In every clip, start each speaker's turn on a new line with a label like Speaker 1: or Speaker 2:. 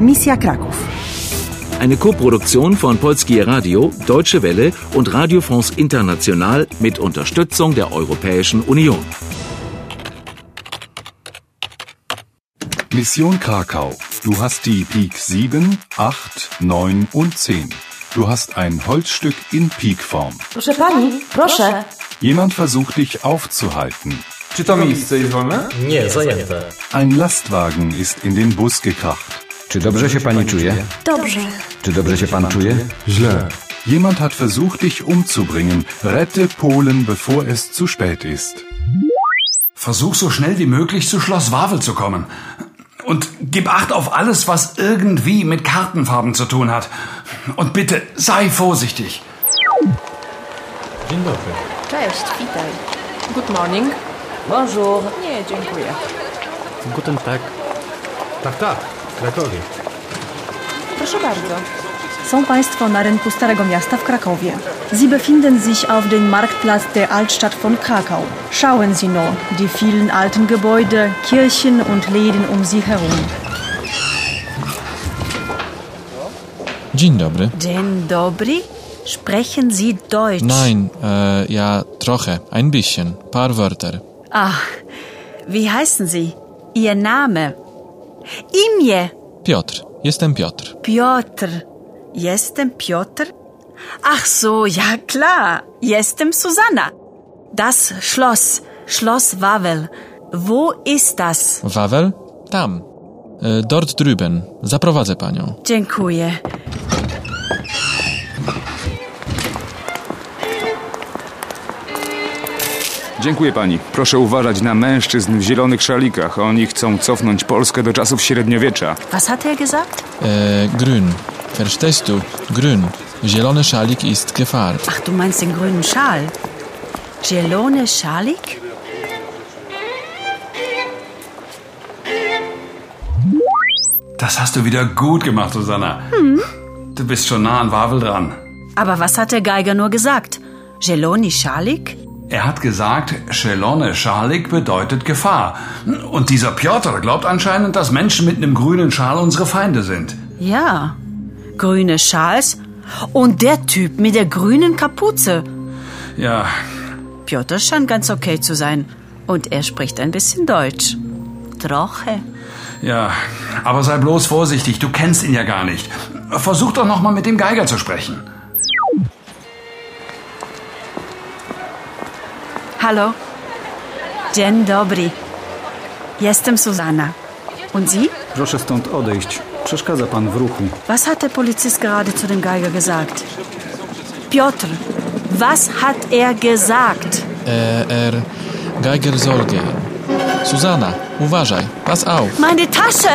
Speaker 1: Misja Kraków.
Speaker 2: Eine Koproduktion von Polskie Radio, Deutsche Welle und Radio France International mit Unterstützung der Europäischen Union.
Speaker 3: Mission Krakau. Du hast die Pik 7, 8, 9 und 10. Du hast ein Holzstück in Pikform.
Speaker 4: Proszę pani, proszę.
Speaker 3: Jemand versucht dich aufzuhalten.
Speaker 5: Czy to miejsce jest wolne?
Speaker 6: Nie, zajęte.
Speaker 3: Ein Lastwagen ist in den Bus gekracht.
Speaker 7: Czy dobrze się pani czuje?
Speaker 4: Dobrze.
Speaker 7: Czy dobrze się pan czuje?
Speaker 5: Źle.
Speaker 3: Jemand hat versucht, dich umzubringen. Rette Polen, bevor es zu spät ist.
Speaker 8: Versuch so schnell wie möglich zu Schloss Wawel zu kommen. Und gib Acht auf alles, was irgendwie mit Kartenfarben zu tun hat. Und bitte sei vorsichtig.
Speaker 6: Dzień dobry.
Speaker 9: Cześć, witaj. Good morning.
Speaker 4: Bonjour.
Speaker 9: Nie, dziękuję.
Speaker 6: Guten Tag. Tak, tak. W Krakowie.
Speaker 9: Proszę bardzo.
Speaker 10: Są Państwo na rynku Starego Miasta w Krakowie. Sie befinden sich auf dem Marktplatz der Altstadt von Krakau. Schauen Sie nur die vielen alten Gebäude, Kirchen und Läden um Sie herum.
Speaker 11: Dzień dobry.
Speaker 4: Dzień dobry. Sprechen Sie Deutsch?
Speaker 11: Nein, äh, ja, troche, ein bisschen, paar Wörter.
Speaker 4: Ach, wie heißen Sie? Ihr Name? Imię?
Speaker 11: Piotr, jestem Piotr.
Speaker 4: Piotr. Jestem Piotr? Ach so, ja klar. Jestem Susanna. Das Schloss, Schloss Wawel. Wo ist das?
Speaker 11: Wawel? Tam. Äh, dort drüben. Zaprowadzę panią.
Speaker 4: Dziękuję.
Speaker 5: Dziękuję pani. Proszę uważać na mężczyzn w zielonych szalikach. Oni chcą cofnąć Polskę do czasów średniowiecza.
Speaker 4: Was hat er gesagt?
Speaker 11: Äh, grün. Verstehst du? Grün. Zielony szalik ist Gefahr.
Speaker 4: Ach, du meinst den grünen Schal. Gelone Schalik?
Speaker 8: Das hast du wieder gut gemacht, Susanna. Du bist schon nah an Wawel dran.
Speaker 4: Aber was hat der Geiger nur gesagt? Geloni Schalik?
Speaker 8: Er hat gesagt, Schelone Schalik bedeutet Gefahr. Und dieser Piotr glaubt anscheinend, dass Menschen mit einem grünen Schal unsere Feinde sind.
Speaker 4: Ja. Grüne Schals? Und der Typ mit der grünen Kapuze.
Speaker 8: Ja,
Speaker 4: Piotr scheint ganz okay zu sein. Und er spricht ein bisschen Deutsch. Troche.
Speaker 8: ja. Aber sei bloß vorsichtig, du kennst ihn ja gar nicht. Versuch doch noch mal mit dem Geiger zu sprechen.
Speaker 4: Hallo. Dzień dobry. Jestem Susanna. Und Sie?
Speaker 12: Proszę stąd odejść. Przeszkadza pan w ruchu.
Speaker 4: Was hat der Polizist gerade zu dem Geiger gesagt? Piotr, was hat er gesagt?
Speaker 11: Äh, er. Geiger soll gehen. Susanna, uważaj, pass auf.
Speaker 4: Meine Tasche!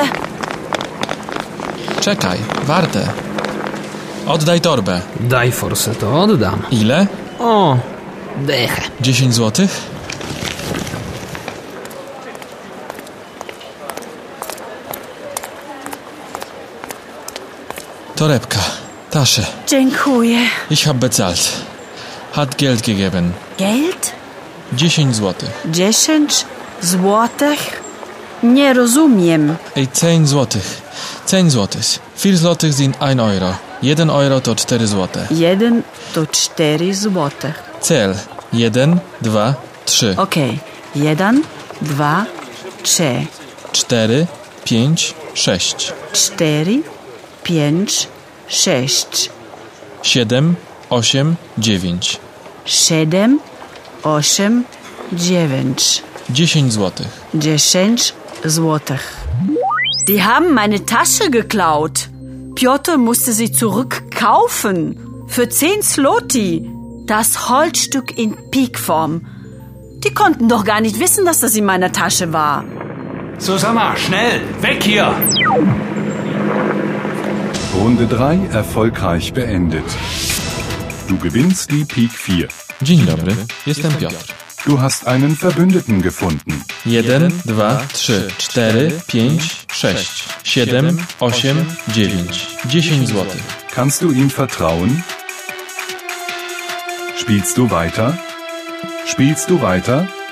Speaker 11: Czekaj, warte. Oddaj torbę.
Speaker 6: Daj forsę, to oddam.
Speaker 11: Ile?
Speaker 6: O, dechę.
Speaker 11: 10 złotych? Torebka, Tasche.
Speaker 4: Dziękuję.
Speaker 11: Ich hab bezahlt. Hat Geld gegeben.
Speaker 4: Geld?
Speaker 11: 10 złotych.
Speaker 4: 10 złotych? Nie rozumiem.
Speaker 11: Ej, 10 złotych. 10 złotych. 4 złotych sind 1 euro. 1 euro to 4 złote.
Speaker 4: Jeden to cztery złotych.
Speaker 11: Cel. 1, 2, 3,
Speaker 4: Okej. Jeden, dwa, trzy,
Speaker 11: 4, 5, 6,
Speaker 4: cztery, pięć, sześć,
Speaker 11: 7, 8, 9.
Speaker 4: siedem, osiem, dziewięć,
Speaker 11: 10 złotych.
Speaker 4: dziesięć złotych. Die haben meine Tasche geklaut. Piotr musste sie zurückkaufen. Für zehn Sloti. Das Holzstück in Peakform. Die konnten doch gar nicht wissen, dass das in meiner Tasche war.
Speaker 8: Susanna, schnell, weg hier!
Speaker 3: Runde 3 erfolgreich beendet. Du gewinnst die Pik 4.
Speaker 11: Dzień dobry, jestem Piotr.
Speaker 3: Du hast einen Verbündeten gefunden.
Speaker 11: 1, 2, 3, 4, 5, 6, 7, 8, 9, 10 złotych.
Speaker 3: Kannst du ihm vertrauen? Spielst du weiter? Spielst du weiter?